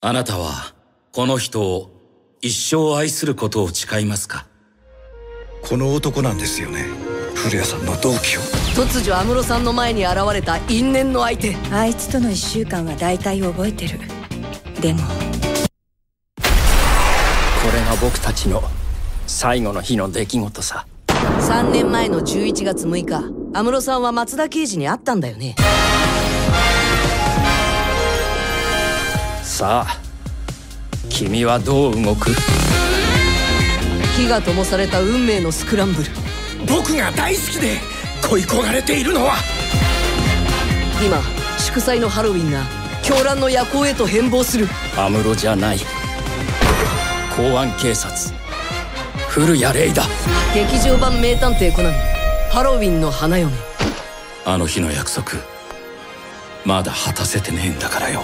あなたは、この人を一生愛することを誓いますかこの男なんですよね古谷さんの同期を突如安室さんの前に現れた因縁の相手あいつとの1週間は大体覚えてるでもこれが僕たちの最後の日の出来事さ3年前の11月6日安室さんは松田刑事に会ったんだよねさあ君はどう動く火が灯された運命のスクランブル僕が大好きで恋焦がれているのは今祝祭のハロウィンが狂乱の夜行へと変貌する安室じゃない公安警察古谷レイだ劇場版名探偵コナンハロウィンの花嫁あの日の約束、まだ果たせてねえんだからよ。